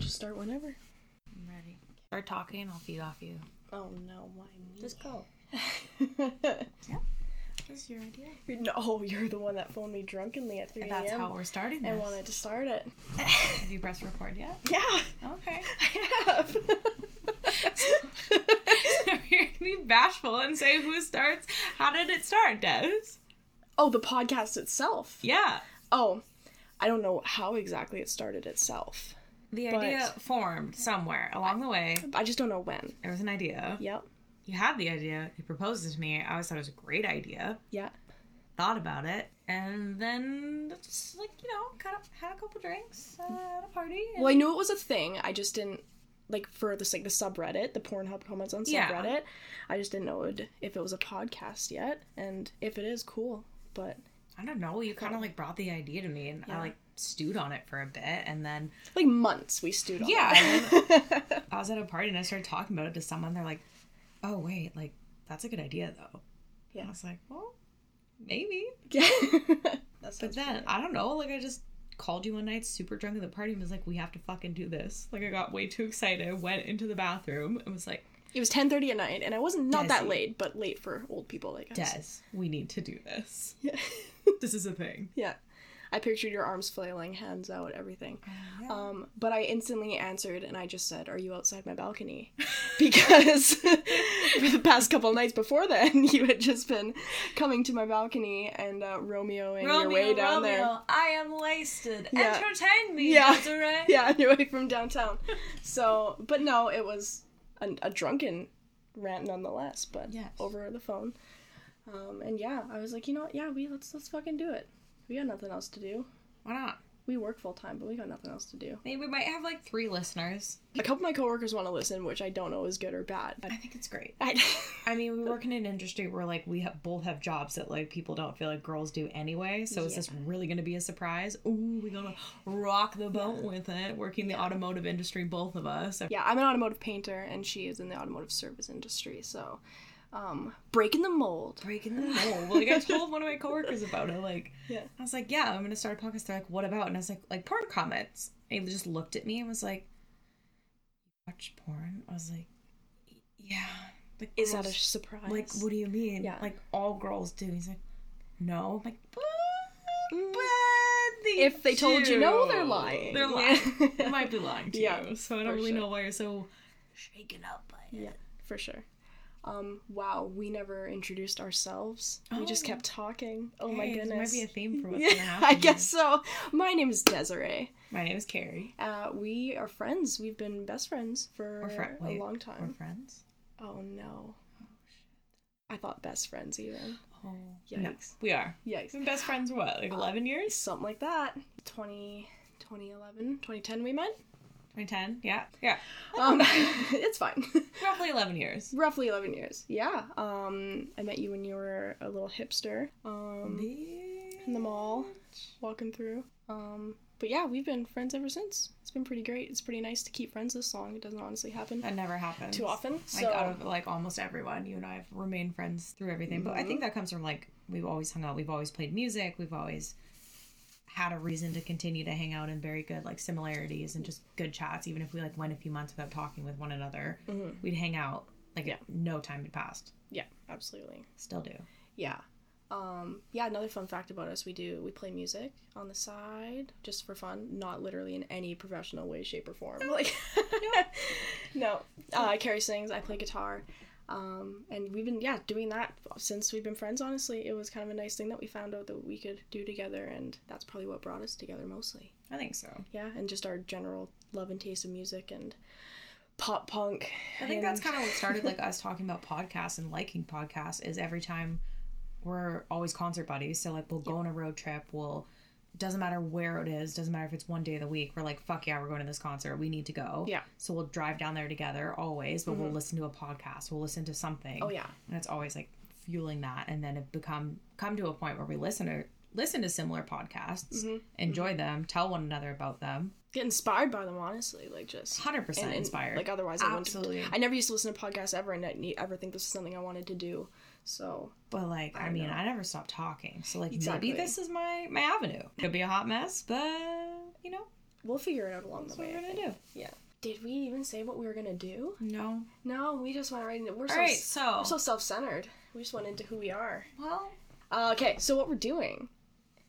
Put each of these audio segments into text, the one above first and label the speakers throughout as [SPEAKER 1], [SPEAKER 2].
[SPEAKER 1] Start whenever.
[SPEAKER 2] I'm ready. Start talking, I'll feed off you.
[SPEAKER 1] Oh no, why me?
[SPEAKER 3] Just go. This is your idea.
[SPEAKER 1] no, you're the one that phoned me drunkenly at 3
[SPEAKER 2] That's how
[SPEAKER 1] a.m.
[SPEAKER 2] we're starting
[SPEAKER 1] and
[SPEAKER 2] this.
[SPEAKER 1] wanted to start it.
[SPEAKER 2] Have you pressed record yet?
[SPEAKER 1] Yeah,
[SPEAKER 2] Okay.
[SPEAKER 1] I have.
[SPEAKER 2] You're gonna be bashful and say who starts. How did it start, Des?
[SPEAKER 1] oh, the podcast itself.
[SPEAKER 2] Yeah.
[SPEAKER 1] Oh, I don't know how exactly it started itself.
[SPEAKER 2] The
[SPEAKER 1] But-
[SPEAKER 2] idea formed somewhere along the way.
[SPEAKER 1] I just don't know when.
[SPEAKER 2] There was an idea.
[SPEAKER 1] Yep.
[SPEAKER 2] You had the idea. You proposed it to me. I always thought it was a great idea.
[SPEAKER 1] Yeah.
[SPEAKER 2] Thought about it, and then just like you know, kind of had a couple drinks uh, at a party. and-
[SPEAKER 1] Well, I knew it was a thing. I just didn't like for this like the subreddit, the Pornhub comments on subreddit.
[SPEAKER 2] Yeah.
[SPEAKER 1] I just didn't know it, if it was a podcast yet, and if it is, cool. But
[SPEAKER 2] I don't know. You kind of like brought the idea to me, and I
[SPEAKER 1] Yeah.
[SPEAKER 2] like stewed on it for a bit, and then
[SPEAKER 1] like months we stewed on. it.
[SPEAKER 2] Yeah. I was at a party and I started talking about it to someone. They're like, "Oh wait, like that's a good idea though."
[SPEAKER 1] Yeah.
[SPEAKER 2] I was like, "Well, maybe."
[SPEAKER 1] yeah.
[SPEAKER 2] But then I don't know. Like I just called you one night, super drunk at the party, and was like, "We have to fucking do this." Like I got way too excited, went into the bathroom, and was like,
[SPEAKER 1] it was ten thirty at night, and I wasn't not that
[SPEAKER 2] Desi.
[SPEAKER 1] late, but late for old people like us.
[SPEAKER 2] "Des, we need to do this.
[SPEAKER 1] Yeah.
[SPEAKER 2] This is a thing."
[SPEAKER 1] yeah. I pictured your arms flailing, hands out, everything.
[SPEAKER 2] Uh-huh.
[SPEAKER 1] Um, but I instantly answered and I just said, Are you outside my balcony? Because for the past couple nights before then, you had just been coming to my balcony and uh, Romeoing your way down there.
[SPEAKER 2] I am wasted.
[SPEAKER 1] Yeah.
[SPEAKER 2] Entertain me,
[SPEAKER 1] Yeah.
[SPEAKER 2] Desiree.
[SPEAKER 1] Yeah, on your way from downtown. So, but no, it was an, a drunken rant nonetheless, but
[SPEAKER 2] Yes.
[SPEAKER 1] over the phone. Um, and yeah, I was like, you know what? Yeah, we let's let's fucking do it. We got nothing else to do.
[SPEAKER 2] Why not?
[SPEAKER 1] We work full time, but we got nothing else to do.
[SPEAKER 2] Maybe we might have like three listeners.
[SPEAKER 1] A couple of my coworkers want to listen, which I don't know is good or bad.
[SPEAKER 2] I think it's great.
[SPEAKER 1] I,
[SPEAKER 2] I mean, we work in an industry where like we have, both have jobs that like people don't feel like girls do anyway. So is this really going to be a surprise? Ooh, we're gonna rock the boat with it. Working the automotive industry, both of us.
[SPEAKER 1] yeah, I'm an automotive painter, and she is in the automotive service industry. So, um, breaking the mold.
[SPEAKER 2] Breaking the mold. Like I told one of my coworkers about it. Like
[SPEAKER 1] Yeah.
[SPEAKER 2] I was like, yeah, I'm gonna start a podcast. They're like, what about? And I was like, like porn comments. And he just looked at me and was like, watch porn. I was like, yeah. Like,
[SPEAKER 1] Is that a
[SPEAKER 2] girls-
[SPEAKER 1] surprise?
[SPEAKER 2] Like, what do you mean?
[SPEAKER 1] Yeah.
[SPEAKER 2] Like, all girls do. He's like, no. I'm like, but,
[SPEAKER 1] Mm.
[SPEAKER 2] but they
[SPEAKER 1] If they told you no, they're
[SPEAKER 2] do."
[SPEAKER 1] lying.
[SPEAKER 2] They're
[SPEAKER 1] Yeah.
[SPEAKER 2] lying. they might be lying to
[SPEAKER 1] Yeah,
[SPEAKER 2] you. So I don't
[SPEAKER 1] for
[SPEAKER 2] really
[SPEAKER 1] sure.
[SPEAKER 2] know why you're so shaken up by it.
[SPEAKER 1] Yeah, for sure. Um, wow, we never introduced ourselves. We just
[SPEAKER 2] Oh.
[SPEAKER 1] kept talking. Oh my
[SPEAKER 2] Hey,
[SPEAKER 1] goodness.
[SPEAKER 2] This might be a theme for what's gonna
[SPEAKER 1] yeah,
[SPEAKER 2] happen.
[SPEAKER 1] I guess so. My name is Desiree.
[SPEAKER 2] My name is Carrie.
[SPEAKER 1] Uh, we are friends. We've been best friends for
[SPEAKER 2] We're friends.
[SPEAKER 1] a long time.
[SPEAKER 2] We're friends.
[SPEAKER 1] Oh no. I thought best friends even.
[SPEAKER 2] Oh, no,
[SPEAKER 1] Yikes.
[SPEAKER 2] we are.
[SPEAKER 1] Yikes.
[SPEAKER 2] We've been best friends for what, like eleven years?
[SPEAKER 1] Something like that. 20, 2011, 2010 we met.
[SPEAKER 2] Twenty ten? Yeah, yeah.
[SPEAKER 1] Um, it's fine.
[SPEAKER 2] Roughly eleven years.
[SPEAKER 1] Roughly 11 years. Yeah. Um, I met you when you were a little hipster. Um, in the mall, walking through. Um, but yeah, we've been friends ever since. It's been pretty great. It's pretty nice to keep friends this long. It doesn't honestly happen
[SPEAKER 2] That never happens.
[SPEAKER 1] too often.
[SPEAKER 2] like
[SPEAKER 1] So
[SPEAKER 2] out of like almost everyone you and i have remained friends through everything but
[SPEAKER 1] Mm-hmm.
[SPEAKER 2] i think that comes from like we've always hung out we've always played music we've always had a reason to continue to hang out and very good like similarities and just good chats even if we like went a few months without talking with one another we'd hang out like
[SPEAKER 1] Yeah.
[SPEAKER 2] no time had passed
[SPEAKER 1] mm-hmm. yeah, absolutely.
[SPEAKER 2] still do
[SPEAKER 1] Yeah. Um, yeah, another fun fact about us, we do we play music on the side just for fun, not literally in any professional way, shape, or form. Like No. Uh Carrie sings, I play guitar. Um, and we've been yeah, doing that since we've been friends, honestly. It was kind of a nice thing that we found out that we could do together and that's probably what brought us together mostly.
[SPEAKER 2] i think so
[SPEAKER 1] Yeah, and just our general love and taste of music and pop punk.
[SPEAKER 2] i think that's
[SPEAKER 1] and-
[SPEAKER 2] kind of what started like us talking about podcasts and liking podcasts is every time we're always concert buddies so like we'll go on a road trip we'll doesn't matter where it is doesn't matter if it's one day of the week we're like fuck yeah we're going to this concert we need to go
[SPEAKER 1] Yeah. Mm-hmm.
[SPEAKER 2] so we'll drive down there together always but we'll listen to a podcast we'll listen to something
[SPEAKER 1] Oh yeah.
[SPEAKER 2] and it's always like fueling that and then it become come to a point where we listen to listen to similar podcasts
[SPEAKER 1] Mm-hmm.
[SPEAKER 2] enjoy them tell one another about them
[SPEAKER 1] Get inspired by them, honestly. Like just
[SPEAKER 2] 100%
[SPEAKER 1] and- and,
[SPEAKER 2] inspired
[SPEAKER 1] Like otherwise, I wouldn't.
[SPEAKER 2] Absolutely.
[SPEAKER 1] I never used to listen to podcasts ever, and I ne- ever think this is something I wanted to do. So
[SPEAKER 2] But like, I, mean, I never stopped talking. So like,
[SPEAKER 1] Exactly.
[SPEAKER 2] maybe this is my my avenue. Could be a hot mess, but you know,
[SPEAKER 1] We'll figure it out along
[SPEAKER 2] That's
[SPEAKER 1] the
[SPEAKER 2] what
[SPEAKER 1] way.
[SPEAKER 2] we're
[SPEAKER 1] I
[SPEAKER 2] gonna
[SPEAKER 1] think.
[SPEAKER 2] do.
[SPEAKER 1] Did we even say what we were gonna do?
[SPEAKER 2] No.
[SPEAKER 1] No, we just went right into. We're
[SPEAKER 2] All
[SPEAKER 1] so
[SPEAKER 2] right.
[SPEAKER 1] s-
[SPEAKER 2] So.
[SPEAKER 1] we're so self-centered. We just went into who we are.
[SPEAKER 2] well.
[SPEAKER 1] Uh, okay, so what we're doing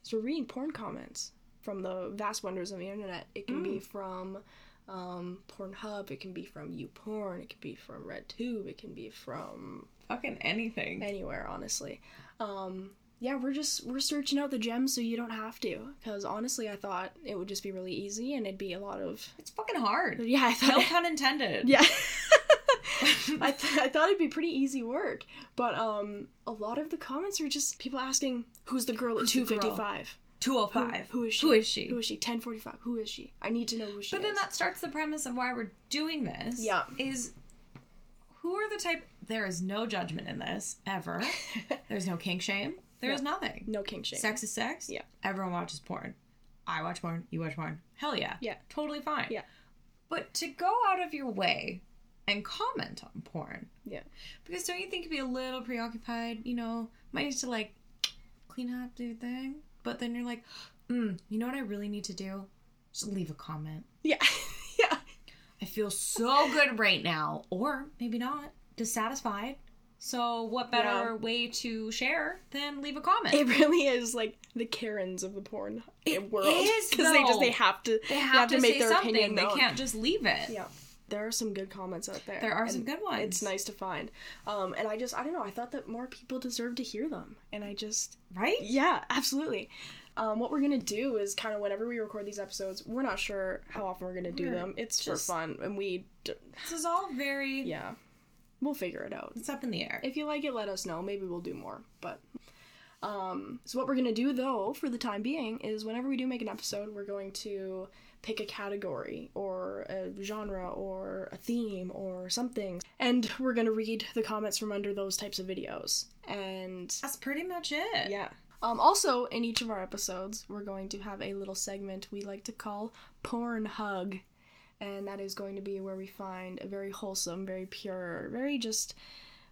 [SPEAKER 1] is we're reading porn comments from the vast wonders of the internet. It can be from um, Pornhub, it can be from YouPorn, it can be from RedTube, it can be from
[SPEAKER 2] Fucking anything.
[SPEAKER 1] anywhere, honestly. Um, yeah, we're just we're searching out the gems so you don't have to. Because honestly, I thought it would just be really easy and it'd be a lot of
[SPEAKER 2] It's fucking hard.
[SPEAKER 1] yeah. I
[SPEAKER 2] No
[SPEAKER 1] thought
[SPEAKER 2] pun intended.
[SPEAKER 1] yeah. I, th- I thought it'd be pretty easy work, but um, a lot of the comments are just people asking, "Who's the girl at
[SPEAKER 2] the girl?
[SPEAKER 1] 255?
[SPEAKER 2] Two oh
[SPEAKER 1] Who-
[SPEAKER 2] five.
[SPEAKER 1] Who is she?
[SPEAKER 2] Who is she?
[SPEAKER 1] Who is she? 1045. Who is she? I need to know who she
[SPEAKER 2] But
[SPEAKER 1] is.
[SPEAKER 2] then that starts the premise of why we're doing this.
[SPEAKER 1] Yeah.
[SPEAKER 2] Is who are the type there is no judgment in this ever. There's no kink shame. There is nothing.
[SPEAKER 1] no king shame.
[SPEAKER 2] Sex is sex.
[SPEAKER 1] Yeah.
[SPEAKER 2] Everyone watches porn. I watch porn. You watch porn. Hell yeah.
[SPEAKER 1] Yeah.
[SPEAKER 2] Totally fine.
[SPEAKER 1] Yeah.
[SPEAKER 2] But to go out of your way and comment on porn.
[SPEAKER 1] Yeah.
[SPEAKER 2] Because don't you think you'd be a little preoccupied? You know, might need to like clean up, do your thing. But then you're like, mm, you know what I really need to do? Just leave a comment.
[SPEAKER 1] Yeah, yeah,
[SPEAKER 2] I feel so good right now, or maybe not, dissatisfied. So, what better
[SPEAKER 1] Yeah.
[SPEAKER 2] way to share than leave a comment?
[SPEAKER 1] it really is like the Karens of the porn
[SPEAKER 2] It
[SPEAKER 1] world
[SPEAKER 2] is,
[SPEAKER 1] they
[SPEAKER 2] though.
[SPEAKER 1] just they have to
[SPEAKER 2] they have, to, say something. They can't just leave it.
[SPEAKER 1] Yeah, there are some good comments out there.
[SPEAKER 2] There are
[SPEAKER 1] and
[SPEAKER 2] some good ones.
[SPEAKER 1] It's nice to find. Um, and I just I don't know. I thought that more people deserve to hear them, and I just
[SPEAKER 2] right?
[SPEAKER 1] Yeah, absolutely. Um, what we're gonna do is kind of whenever we record these episodes, we're not sure how often we're gonna do
[SPEAKER 2] We're
[SPEAKER 1] them. It's
[SPEAKER 2] just-
[SPEAKER 1] for fun, and we, d-
[SPEAKER 2] This is all very.
[SPEAKER 1] yeah, we'll figure it out.
[SPEAKER 2] It's up in the air.
[SPEAKER 1] If you like it, let us know. Maybe we'll do more. But um, so what we're gonna do though, for the time being, is whenever we do make an episode, we're going to pick a category or a genre or a theme or something, and we're gonna read the comments from under those types of videos. And
[SPEAKER 2] That's pretty much it.
[SPEAKER 1] yeah. Um, also, in each of our episodes, we're going to have a little segment we like to call Porn Hug. And that is going to be where we find a very wholesome, very pure, very just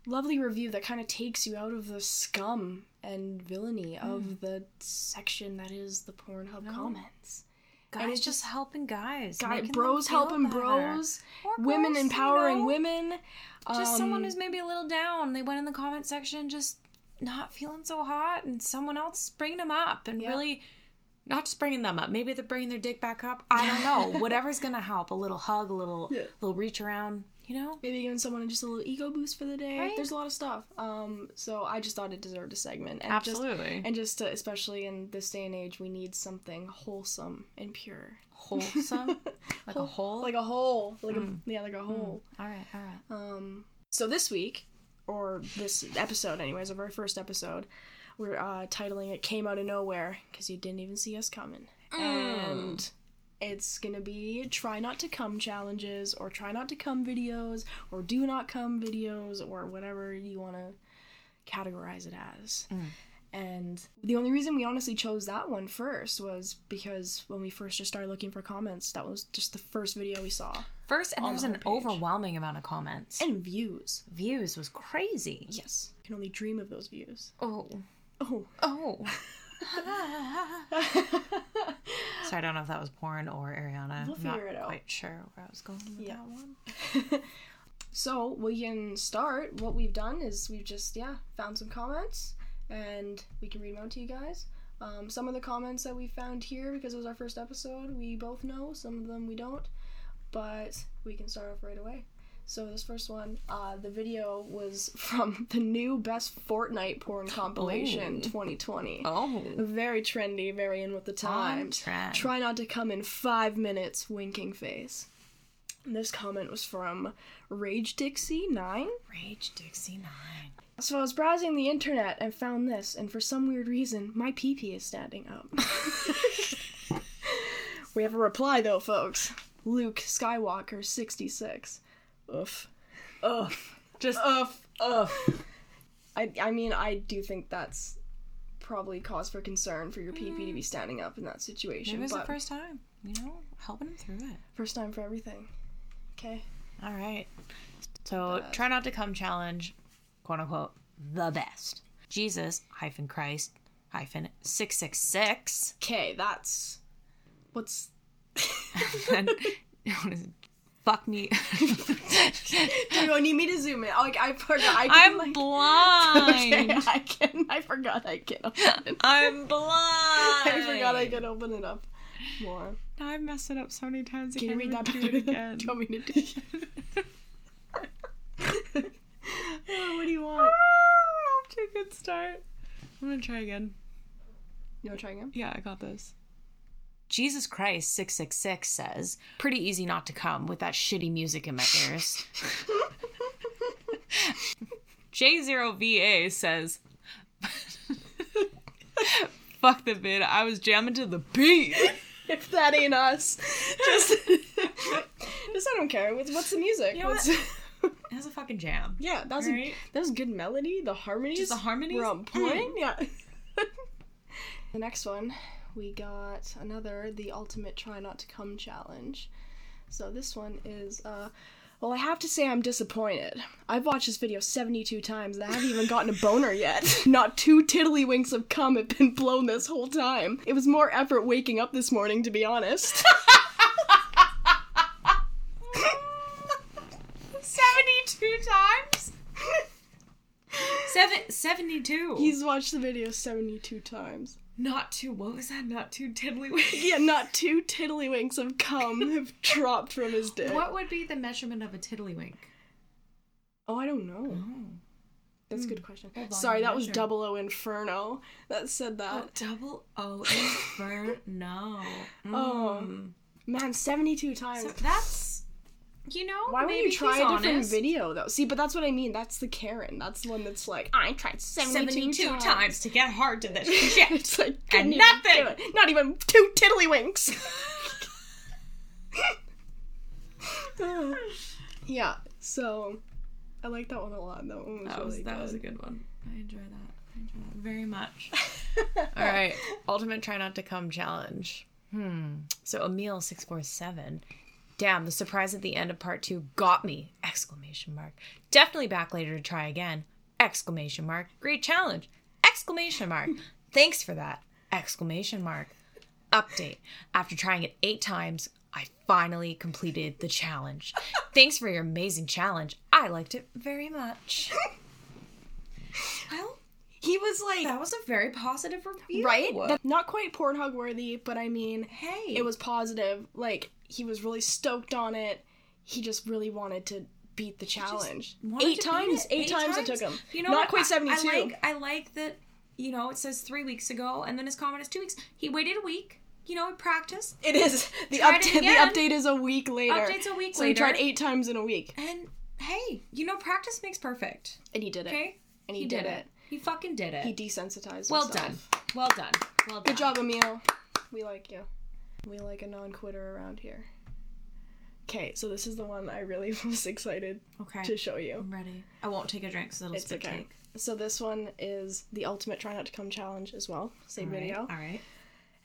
[SPEAKER 1] lovely review that kind of takes you out of the scum and villainy
[SPEAKER 2] Hmm.
[SPEAKER 1] of the section that is the Pornhub comments.
[SPEAKER 2] Guys,
[SPEAKER 1] it's
[SPEAKER 2] just helping guys.
[SPEAKER 1] Guy,
[SPEAKER 2] making them
[SPEAKER 1] bros
[SPEAKER 2] feel
[SPEAKER 1] helping
[SPEAKER 2] better.
[SPEAKER 1] bros,
[SPEAKER 2] Or
[SPEAKER 1] women
[SPEAKER 2] girls, you
[SPEAKER 1] empowering
[SPEAKER 2] know?
[SPEAKER 1] women.
[SPEAKER 2] Just someone
[SPEAKER 1] um,
[SPEAKER 2] who's maybe a little down. They went in the comment section just not feeling so hot, and someone else bringing them up and
[SPEAKER 1] Yeah.
[SPEAKER 2] really not just bringing them up. Maybe they're bringing their dick back up. I don't know. Whatever's gonna help. A little hug, a little
[SPEAKER 1] Yeah.
[SPEAKER 2] little reach around. You know.
[SPEAKER 1] maybe giving someone just a little ego boost for the day.
[SPEAKER 2] Right?
[SPEAKER 1] There's a lot of stuff. Um, so I just thought it deserved a segment. And Just, and just to, especially in this day and age, we need something wholesome and pure,
[SPEAKER 2] wholesome, like a whole.
[SPEAKER 1] like a whole, like a yeah, like a whole.
[SPEAKER 2] all right, all right.
[SPEAKER 1] Um, so this week, or this episode, anyways, our very first episode, we're uh, titling it "Came Out of Nowhere" because you didn't even see us coming, and it's gonna be try not to come challenges, or try not to come videos, or do not come videos, or whatever you want to categorize it as. And the only reason we honestly chose that one first was because when we first just started looking for comments, that was just the first video we saw.
[SPEAKER 2] First, and
[SPEAKER 1] On
[SPEAKER 2] there was
[SPEAKER 1] the
[SPEAKER 2] an
[SPEAKER 1] homepage.
[SPEAKER 2] overwhelming amount of comments.
[SPEAKER 1] Oh, And views.
[SPEAKER 2] Views was crazy.
[SPEAKER 1] Yes. Can only dream of those views.
[SPEAKER 2] Oh,
[SPEAKER 1] Oh.
[SPEAKER 2] oh. so I don't know if that was porn or Ariana.
[SPEAKER 1] We'll
[SPEAKER 2] I'm not
[SPEAKER 1] figure it out.
[SPEAKER 2] Quite sure where I was going with
[SPEAKER 1] Yeah.
[SPEAKER 2] that one.
[SPEAKER 1] so we can start. What we've done is we've just, yeah, found some comments and we can read them out to you guys. Um, some of the comments that we found here, because it was our first episode, we both know. Some of them we don't. But we can start off right away. So this first one, uh, the video was from the new best Fortnite porn compilation
[SPEAKER 2] Ooh.
[SPEAKER 1] 2020.
[SPEAKER 2] Oh,
[SPEAKER 1] Very trendy, very in with the times.
[SPEAKER 2] trend.
[SPEAKER 1] Try not to come in five minutes, winking face. This comment was from Rage Dixie 9.
[SPEAKER 2] Rage Dixie Nine.
[SPEAKER 1] So I was browsing the internet and found this, and for some weird reason, my pee pee is standing up. we have a reply though, folks. Luke Skywalker 66. Oof. Oof.
[SPEAKER 2] Just
[SPEAKER 1] Oof. Oof. I, I mean, I do think that's probably cause for concern for your pee pee to be standing up in that situation.
[SPEAKER 2] Mm. maybe it was the
[SPEAKER 1] but
[SPEAKER 2] first time. You know, helping him through it.
[SPEAKER 1] First time for everything. Okay.
[SPEAKER 2] All right. So
[SPEAKER 1] best.
[SPEAKER 2] try not to come challenge, quote unquote, the best. Jesus hyphen Christ hyphen six six six.
[SPEAKER 1] Okay, that's what's
[SPEAKER 3] and what is it? Fuck me.
[SPEAKER 1] Do you need me to zoom in? Like I forgot. I
[SPEAKER 3] I'm
[SPEAKER 1] can, like,
[SPEAKER 3] blind.
[SPEAKER 1] Okay, I can. I forgot I can. Open it.
[SPEAKER 3] I'm blind.
[SPEAKER 1] I forgot I can open it up more.
[SPEAKER 3] Now I've messed it up so many times. I
[SPEAKER 1] Can you
[SPEAKER 3] can't
[SPEAKER 1] read
[SPEAKER 3] even do
[SPEAKER 1] that
[SPEAKER 3] it again.
[SPEAKER 1] Do you want me to do it? oh, what do you
[SPEAKER 3] Ah,
[SPEAKER 1] want?
[SPEAKER 3] we're off to a good start. I'm gonna try again.
[SPEAKER 1] You want to try again?
[SPEAKER 3] Yeah, I got this. Jesus Christ 666 says, pretty easy not to come with that shitty music in my ears. J0VA says, fuck the vid, I was jamming to the beat.
[SPEAKER 1] If that ain't us, just just I don't care. What's, what's the music?
[SPEAKER 2] You know
[SPEAKER 1] What's-
[SPEAKER 2] It was a fucking jam.
[SPEAKER 1] yeah, that was
[SPEAKER 2] Right?
[SPEAKER 1] a, that was good melody. The harmonies.
[SPEAKER 2] Just the harmonies? Mm.
[SPEAKER 1] We're on point. Yeah. the next one, we got another the ultimate try not to come challenge. So this one is uh well I have to say I'm disappointed. I've watched this video 72 times and I haven't even gotten a boner yet. Not two tiddlywinks of cum have been blown this whole time. It was more effort waking up this morning to be honest.
[SPEAKER 3] 72 times? Seven, 72.
[SPEAKER 1] He's watched the video 72 times.
[SPEAKER 2] Not too. What was that? Not too tiddlywinks.
[SPEAKER 1] Yeah, not two tiddlywinks of cum have dropped from his dick.
[SPEAKER 2] What would be the measurement of a tiddlywink?
[SPEAKER 1] Oh, I don't know. That's a good question.
[SPEAKER 2] Hold on,
[SPEAKER 1] Sorry, that was
[SPEAKER 2] measure.
[SPEAKER 1] Double O Inferno that said that.
[SPEAKER 2] Oh, double O inferno.
[SPEAKER 1] Oh.
[SPEAKER 2] Mm.
[SPEAKER 1] Man, 72 times.
[SPEAKER 2] So that's. You know.
[SPEAKER 1] Why would
[SPEAKER 2] maybe
[SPEAKER 1] you try
[SPEAKER 2] he's
[SPEAKER 1] a different
[SPEAKER 2] honest.
[SPEAKER 1] video though? See, but that's what I mean. That's the Karen. That's the one that's like, I tried 72, times.
[SPEAKER 2] to get hard to this shit.
[SPEAKER 1] It's like, couldn't even
[SPEAKER 2] nothing.
[SPEAKER 1] do it. Not even two tiddlywinks. yeah, so I like that one a lot. That one was
[SPEAKER 2] That was
[SPEAKER 1] really
[SPEAKER 2] that was a
[SPEAKER 1] good.
[SPEAKER 2] good one. I enjoy that. I enjoy that very much.
[SPEAKER 3] All right. Ultimate try not to come challenge. Hmm. So Emil six four seven. Damn, the surprise at the end of part two got me! Exclamation mark. Definitely back later to try again. Exclamation mark. Great challenge. Exclamation mark. Thanks for that. Exclamation mark. Update. After trying it eight times, I finally completed the challenge. Thanks for your amazing challenge. I liked it very much.
[SPEAKER 2] Well,
[SPEAKER 1] He was like,
[SPEAKER 2] that was a very positive review.
[SPEAKER 1] right? That's not quite Pornhub worthy, but I mean,
[SPEAKER 2] hey.
[SPEAKER 1] it was positive. Like he was really stoked on it. He just really wanted to beat the challenge.
[SPEAKER 2] wanted
[SPEAKER 1] Eight
[SPEAKER 2] to beat
[SPEAKER 1] times,
[SPEAKER 2] it.
[SPEAKER 1] eight, times, it took him.
[SPEAKER 2] You know,
[SPEAKER 1] not
[SPEAKER 2] what?
[SPEAKER 1] quite
[SPEAKER 2] I-
[SPEAKER 1] seventy-two.
[SPEAKER 2] I, like, I like that. You know, it says three weeks ago, and then his comment is two weeks. He waited a week. You know, he practiced,
[SPEAKER 1] it is the
[SPEAKER 2] Tried it
[SPEAKER 1] update.
[SPEAKER 2] again.
[SPEAKER 1] The update is a week later.
[SPEAKER 2] Update's a week
[SPEAKER 1] so he tried
[SPEAKER 2] later.
[SPEAKER 1] eight times in a week,
[SPEAKER 2] and hey, you know, practice makes perfect.
[SPEAKER 1] and he did it.
[SPEAKER 2] Okay,
[SPEAKER 1] And he, did, it.
[SPEAKER 2] He fucking did it.
[SPEAKER 1] He desensitized.
[SPEAKER 2] well
[SPEAKER 1] himself.
[SPEAKER 2] done. Well done. Well done.
[SPEAKER 1] Good job, Emil. We like you. We like a non-quitter around here. Okay, so this is the one I really was excited
[SPEAKER 2] Okay.
[SPEAKER 1] to show you.
[SPEAKER 2] I'm ready. I won't take a drink because it'll
[SPEAKER 1] It's
[SPEAKER 2] spit
[SPEAKER 1] okay.
[SPEAKER 2] take.
[SPEAKER 1] So this one is the ultimate try not to come challenge as well. Same
[SPEAKER 2] All right,
[SPEAKER 1] video.
[SPEAKER 2] All right.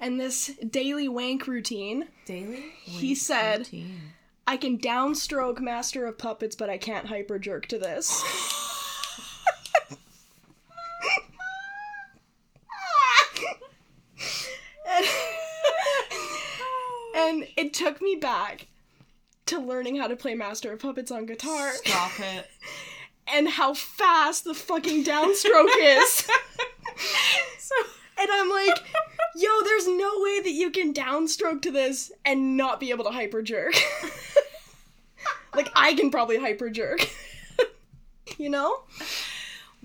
[SPEAKER 1] And this daily wank routine,
[SPEAKER 2] Daily.
[SPEAKER 1] he
[SPEAKER 2] weight
[SPEAKER 1] said,
[SPEAKER 2] routine.
[SPEAKER 1] I can downstroke master of puppets, but I can't hyper jerk to this. and, and it took me back to learning how to play master of puppets on guitar
[SPEAKER 2] "Stop it."
[SPEAKER 1] and how fast the fucking downstroke is.
[SPEAKER 3] So
[SPEAKER 1] And I'm like, yo, there's no way that you can downstroke to this and not be able to hyper jerk. like, I can probably hyper jerk. you know?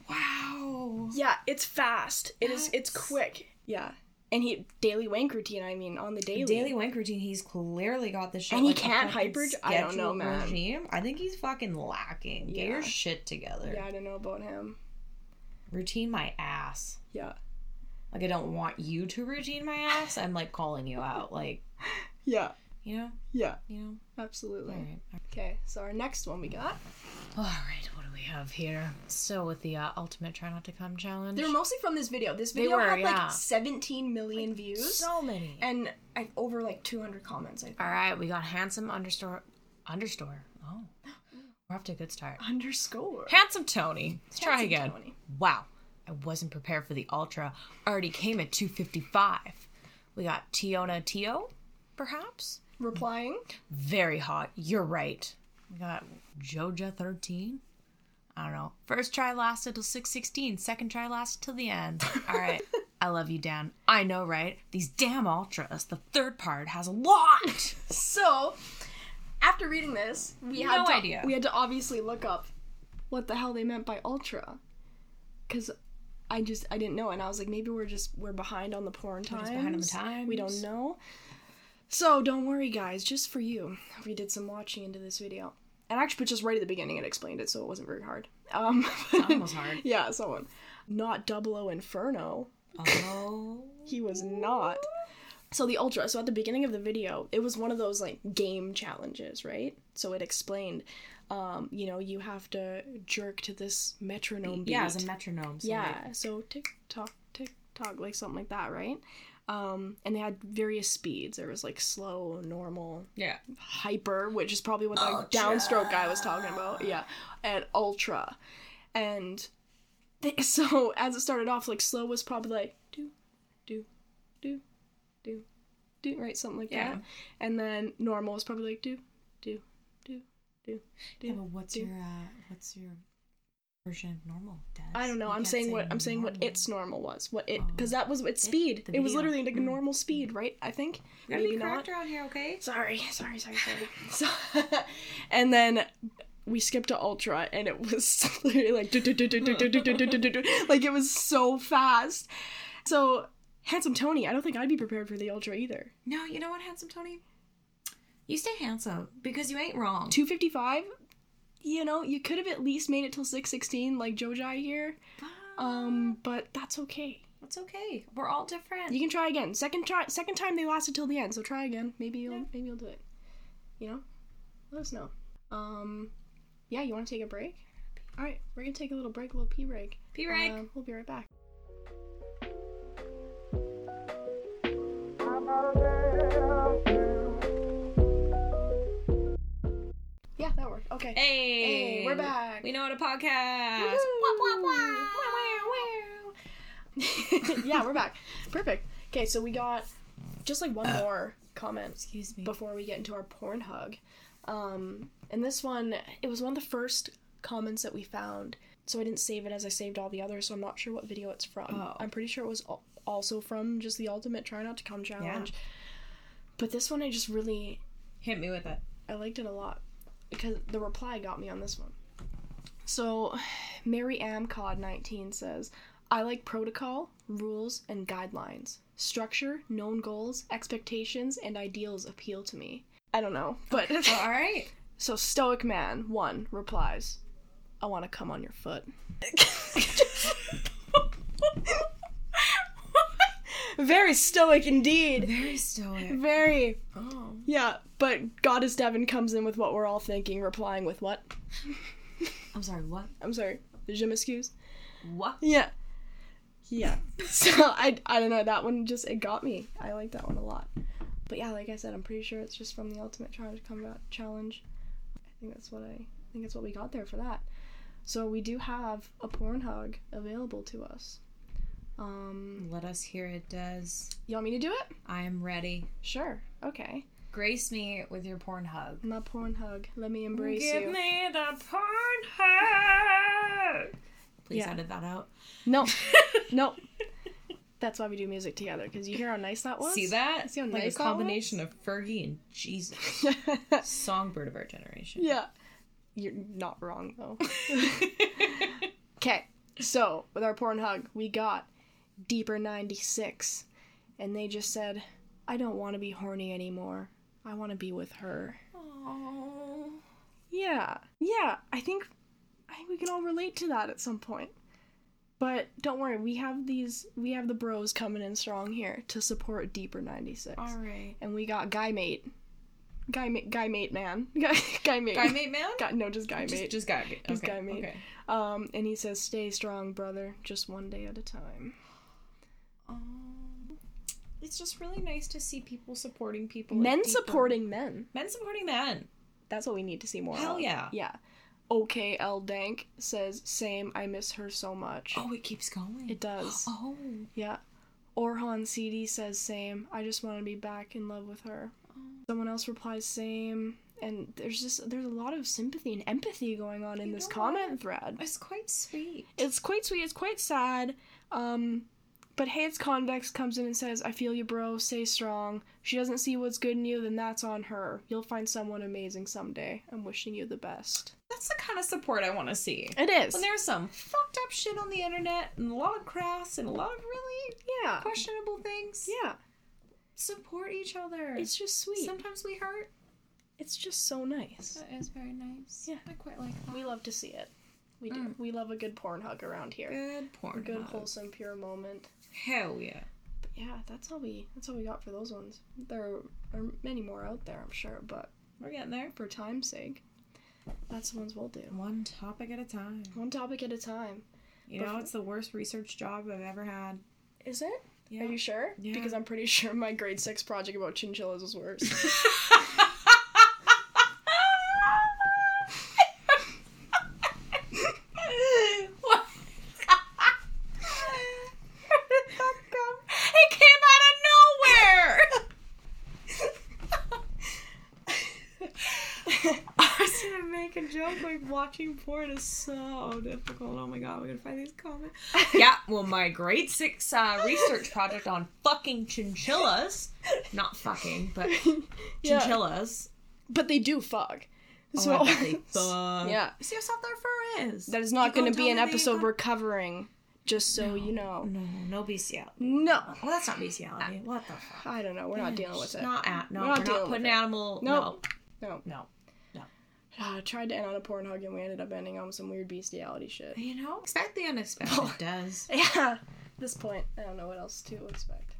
[SPEAKER 2] Wow.
[SPEAKER 1] Yeah, it's fast. It is, it's
[SPEAKER 2] That's-
[SPEAKER 1] quick. Yeah. And he, daily wank routine, I mean, on the daily.
[SPEAKER 2] Daily wank routine. He's clearly got this shit.
[SPEAKER 1] And he
[SPEAKER 2] like, a
[SPEAKER 1] can't
[SPEAKER 2] fucking
[SPEAKER 1] hyper- I don't know,
[SPEAKER 2] scheduled
[SPEAKER 1] man.
[SPEAKER 2] Regime. I think he's fucking lacking. Get
[SPEAKER 1] Yeah.
[SPEAKER 2] your shit together.
[SPEAKER 1] Yeah, I don't know about him.
[SPEAKER 2] Routine my ass.
[SPEAKER 1] Yeah.
[SPEAKER 2] Like I don't want you to routine my ass. I'm like calling you out. Like
[SPEAKER 1] Yeah.
[SPEAKER 2] you know,
[SPEAKER 1] Yeah.
[SPEAKER 2] you know.
[SPEAKER 1] Absolutely.
[SPEAKER 2] All right.
[SPEAKER 1] Okay, so our next one we got.
[SPEAKER 3] All right, what do we have here? So with the uh, ultimate try not to come challenge,
[SPEAKER 1] They're mostly from this video. This
[SPEAKER 3] They
[SPEAKER 1] video
[SPEAKER 3] were,
[SPEAKER 1] had
[SPEAKER 3] yeah.
[SPEAKER 1] like 17 million views.
[SPEAKER 3] so many.
[SPEAKER 1] and I over like 200 comments. I think.
[SPEAKER 3] All right, we got handsome underscore underscore. Oh, we're off to a good start.
[SPEAKER 1] Underscore.
[SPEAKER 3] Handsome Tony. Let's try
[SPEAKER 1] Handsome
[SPEAKER 3] again.
[SPEAKER 1] Tony.
[SPEAKER 3] Wow, I wasn't prepared for the ultra. Already came at 255. We got Tiona Tio, perhaps?
[SPEAKER 1] replying.
[SPEAKER 3] Very hot. You're right. We got Joja 13. I don't know. First try lasted till 616. Second try lasted till the end. All right. I love you, Dan. I know, right? These damn ultras. The third part has a lot.
[SPEAKER 1] So, after reading this, we had
[SPEAKER 2] No
[SPEAKER 1] to,
[SPEAKER 2] idea.
[SPEAKER 1] We had to obviously look up what the hell they meant by ultra, because I just I didn't know, and I was like, maybe we're just we're behind on the porn times.
[SPEAKER 2] just behind on the times.
[SPEAKER 1] We don't know. So don't worry, guys. Just for you, we did some watching into this video, and actually, but just right at the beginning, it explained it, so it wasn't very hard. Um,
[SPEAKER 2] Almost hard.
[SPEAKER 1] yeah, someone. Not Double O Inferno.
[SPEAKER 2] Oh.
[SPEAKER 1] He was not. So the ultra. So at the beginning of the video, it was one of those like game challenges, right? So it explained, um, you know, you have to jerk to this metronome beat.
[SPEAKER 2] Yeah, as a metronome. So
[SPEAKER 1] yeah.
[SPEAKER 2] like-
[SPEAKER 1] So tick tock, tick tock, like something like that, right? Um, and they had various speeds. There was like slow, normal,
[SPEAKER 2] yeah.
[SPEAKER 1] hyper, which is probably what that
[SPEAKER 2] Oh,
[SPEAKER 1] downstroke guy was talking about. Yeah, and ultra, and they, so as it started off, like slow was probably like do, do, do, do, do, right, something like
[SPEAKER 2] Yeah.
[SPEAKER 1] that, and then normal was probably like do, do, do, do, do.
[SPEAKER 2] Yeah, but what's
[SPEAKER 1] do.
[SPEAKER 2] your uh, what's your version of normal, Des?
[SPEAKER 1] I don't know.
[SPEAKER 2] You
[SPEAKER 1] I'm
[SPEAKER 2] can't
[SPEAKER 1] saying
[SPEAKER 2] say
[SPEAKER 1] what I'm saying what
[SPEAKER 2] normal.
[SPEAKER 1] its normal was. What it
[SPEAKER 2] Oh.
[SPEAKER 1] because that was its speed.
[SPEAKER 2] the
[SPEAKER 1] It was
[SPEAKER 2] video.
[SPEAKER 1] literally like a
[SPEAKER 2] Mm.
[SPEAKER 1] normal speed, right? I think
[SPEAKER 2] You gotta be correct around here, okay?
[SPEAKER 1] Sorry, sorry, sorry, sorry. So, and then we skipped to Ultra, and it was literally like do, do, do, do, do, do, do, do, do, do, do. like it was so fast. So handsome Tony, I don't think I'd be prepared for the Ultra either.
[SPEAKER 2] No, you know what, handsome Tony? You stay handsome because you ain't wrong.
[SPEAKER 1] Two fifty five. You know, you could have at least made it till six sixteen, like Jojai here. Um, but that's okay.
[SPEAKER 2] It's okay. We're all different.
[SPEAKER 1] You can try again. Second try, second time they lasted till the end, so try again. Maybe you'll maybe you'll do it. You know, let us know. Um, yeah, you want to take a break? All right, we're gonna take a little break, a little pee break.
[SPEAKER 2] Pee break.
[SPEAKER 1] Um, we'll be right back. Yeah, that worked. Okay.
[SPEAKER 2] Hey,
[SPEAKER 1] Hey, we're back.
[SPEAKER 2] We know how to podcast.
[SPEAKER 1] Woohoo.
[SPEAKER 2] Wah, wah, wah. Wah, wah, wah.
[SPEAKER 1] yeah, we're back. Perfect. Okay, so we got just like one more comment.
[SPEAKER 2] Uh, Excuse me.
[SPEAKER 1] before we get into our porn hug. Um, and this one, it was one of the first comments that we found. So I didn't save it as I saved all the others, so I'm not sure what video it's from.
[SPEAKER 2] Oh.
[SPEAKER 1] I'm pretty sure it was al- also from just the Ultimate Try Not to Come Challenge. But this one, I just really,
[SPEAKER 2] Hit me with it.
[SPEAKER 1] I liked it a lot because the reply got me on this one. So Mary Amcod 19 says, I like protocol, rules, and guidelines. Structure, known goals, expectations, and ideals appeal to me. I don't know, but
[SPEAKER 2] Oh, All right.
[SPEAKER 1] so Stoic Man one replies, "I want to come on your foot." Very stoic indeed.
[SPEAKER 2] Very stoic.
[SPEAKER 1] Very
[SPEAKER 2] Oh.
[SPEAKER 1] yeah. But Goddess Devon comes in with what we're all thinking, replying with what?
[SPEAKER 2] I'm sorry. What?
[SPEAKER 1] I'm sorry, je m'excuse.
[SPEAKER 2] What?
[SPEAKER 1] Yeah. Yeah. So I, I don't know, that one just it got me. I like that one a lot. But yeah, like I said, I'm pretty sure it's just from the Ultimate Challenge Combat Challenge. I think that's what I, I think that's what we got there for that. So we do have a porn hug available to us. Um
[SPEAKER 2] Let us hear it, Des.
[SPEAKER 1] you want me to do it?
[SPEAKER 2] I am ready.
[SPEAKER 1] Sure. Okay.
[SPEAKER 2] Grace me with your porn hug.
[SPEAKER 1] My porn hug. Let me embrace
[SPEAKER 3] Give
[SPEAKER 1] you.
[SPEAKER 3] me the porn hug.
[SPEAKER 2] Please
[SPEAKER 1] Yeah.
[SPEAKER 2] edit that out.
[SPEAKER 1] No. no. That's why we do music together, because you hear how nice that was?
[SPEAKER 2] See that?
[SPEAKER 1] See how
[SPEAKER 2] like
[SPEAKER 1] nice
[SPEAKER 2] a
[SPEAKER 1] that was?
[SPEAKER 2] combination of Fergie and Jesus, songbird of our generation.
[SPEAKER 1] Yeah. You're not wrong though. Okay. So with our porn hug, we got Deeper 96. And they just said, I don't want to be horny anymore. I want to be with her.
[SPEAKER 2] Oh,
[SPEAKER 1] Yeah. Yeah. I think I think we can all relate to that at some point. But don't worry, we have these we have the bros coming in strong here to support Deeper 96.
[SPEAKER 2] all right.
[SPEAKER 1] And we got Guy Mate. Guy Mate Guy Mate man. Guy Guy Mate.
[SPEAKER 2] Guy mate man.
[SPEAKER 1] Guy- no, just Guy
[SPEAKER 2] just,
[SPEAKER 1] Mate.
[SPEAKER 2] just guy mate.
[SPEAKER 1] Just
[SPEAKER 2] okay.
[SPEAKER 1] guy mate.
[SPEAKER 2] Okay.
[SPEAKER 1] Um, and he says, "Stay strong, brother. Just one day at a time."
[SPEAKER 2] Um, it's just really nice to see people supporting people. like,
[SPEAKER 1] men
[SPEAKER 2] deeper-
[SPEAKER 1] supporting men.
[SPEAKER 2] men supporting men.
[SPEAKER 1] That's what we need to see more.
[SPEAKER 2] Hell
[SPEAKER 1] of.
[SPEAKER 2] yeah.
[SPEAKER 1] Yeah. Okay, L Dank says, "Same. I miss her so much."
[SPEAKER 2] Oh, it keeps going.
[SPEAKER 1] It does.
[SPEAKER 2] Oh.
[SPEAKER 1] Yeah. Orhan CD says, "Same. I just want to be back in love with her." Someone else replies same, and there's just there's a lot of sympathy and empathy going on in
[SPEAKER 2] You
[SPEAKER 1] this
[SPEAKER 2] know
[SPEAKER 1] comment thread.
[SPEAKER 2] It's quite sweet.
[SPEAKER 1] It's quite sweet. It's quite sad. Um, but Hayes Convex comes in and says, "I feel you, bro. Stay strong. If she doesn't see what's good in you, then that's on her. You'll find someone amazing someday. I'm wishing you the best."
[SPEAKER 2] That's the kind of support I want to see.
[SPEAKER 1] It is.
[SPEAKER 2] When there's some fucked up shit on the internet and a lot of crass and a lot of really
[SPEAKER 1] yeah.
[SPEAKER 2] questionable things,
[SPEAKER 1] Yeah.
[SPEAKER 2] support each other.
[SPEAKER 1] It's just sweet.
[SPEAKER 2] Sometimes we hurt.
[SPEAKER 1] It's just so nice.
[SPEAKER 2] That is very nice.
[SPEAKER 1] Yeah.
[SPEAKER 2] I quite like that.
[SPEAKER 1] We love to see it. We do.
[SPEAKER 2] Mm.
[SPEAKER 1] We love a good porn hug around here.
[SPEAKER 2] Good porn.
[SPEAKER 1] A good
[SPEAKER 2] hub.
[SPEAKER 1] wholesome pure moment.
[SPEAKER 2] Hell yeah.
[SPEAKER 1] But yeah, that's all we that's all we got for those ones. There are many more out there, I'm sure, but
[SPEAKER 2] We're getting there.
[SPEAKER 1] for time's sake, that's the ones we'll do.
[SPEAKER 2] One topic at a time.
[SPEAKER 1] One topic at a time.
[SPEAKER 2] You know,
[SPEAKER 1] Before-
[SPEAKER 2] it's the worst research job I've ever had.
[SPEAKER 1] Is it?
[SPEAKER 2] Yeah.
[SPEAKER 1] Are you sure?
[SPEAKER 2] Yeah.
[SPEAKER 1] Because I'm pretty sure my grade six project about chinchillas was worse.
[SPEAKER 2] What? Where did that come? It came out of nowhere. I was gonna make a joke like watching porn is so difficult. Oh my god, we gotta find these comments. Yeah, well, my grade six uh, research project on fucking chinchillas, not fucking, but
[SPEAKER 1] Yeah.
[SPEAKER 2] chinchillas. Oh,
[SPEAKER 1] But they do fuck.
[SPEAKER 2] So,
[SPEAKER 1] So
[SPEAKER 2] yeah.
[SPEAKER 1] yeah.
[SPEAKER 2] See how soft their fur is.
[SPEAKER 1] That is not
[SPEAKER 2] You gonna
[SPEAKER 1] going to
[SPEAKER 2] tell
[SPEAKER 1] be an
[SPEAKER 2] me they
[SPEAKER 1] episode
[SPEAKER 2] fuck?
[SPEAKER 1] we're covering. Just so you know.
[SPEAKER 2] No, no bestiality.
[SPEAKER 1] No.
[SPEAKER 2] Well, that's not bestiality. What the fuck?
[SPEAKER 1] I don't know. We're Ah. not dealing with
[SPEAKER 2] It's
[SPEAKER 1] it.
[SPEAKER 2] Not at, no,
[SPEAKER 1] We're
[SPEAKER 2] we're
[SPEAKER 1] not
[SPEAKER 2] not,
[SPEAKER 1] dealing with
[SPEAKER 2] putting
[SPEAKER 1] it.
[SPEAKER 2] animal.
[SPEAKER 1] Nope.
[SPEAKER 2] No.
[SPEAKER 1] Nope.
[SPEAKER 2] No.
[SPEAKER 1] Ah, I tried to end on a porn hug and we ended up ending on some weird bestiality shit.
[SPEAKER 2] You know, expect the unexpected.
[SPEAKER 1] Well-
[SPEAKER 2] does.
[SPEAKER 1] Yeah. At this point, I don't know what else to expect.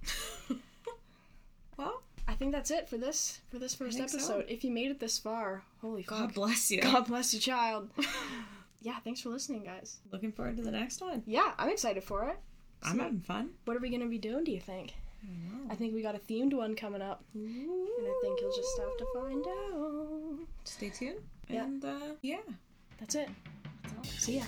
[SPEAKER 2] Well,
[SPEAKER 1] I think that's it for this for this first
[SPEAKER 2] think so.
[SPEAKER 1] episode. If you made it this far, holy
[SPEAKER 2] God
[SPEAKER 1] fuck.
[SPEAKER 2] bless you.
[SPEAKER 1] God bless you, child. yeah, thanks for listening, guys.
[SPEAKER 2] Looking forward to the next one.
[SPEAKER 1] Yeah, I'm excited for it.
[SPEAKER 2] I'm having fun.
[SPEAKER 1] What are we gonna be doing? Do you think? I think we got a themed one coming up, and I think you'll just have to find out.
[SPEAKER 2] Stay tuned.
[SPEAKER 1] Yeah.
[SPEAKER 2] And uh, yeah.
[SPEAKER 1] That's it.
[SPEAKER 2] That's all.
[SPEAKER 1] See ya.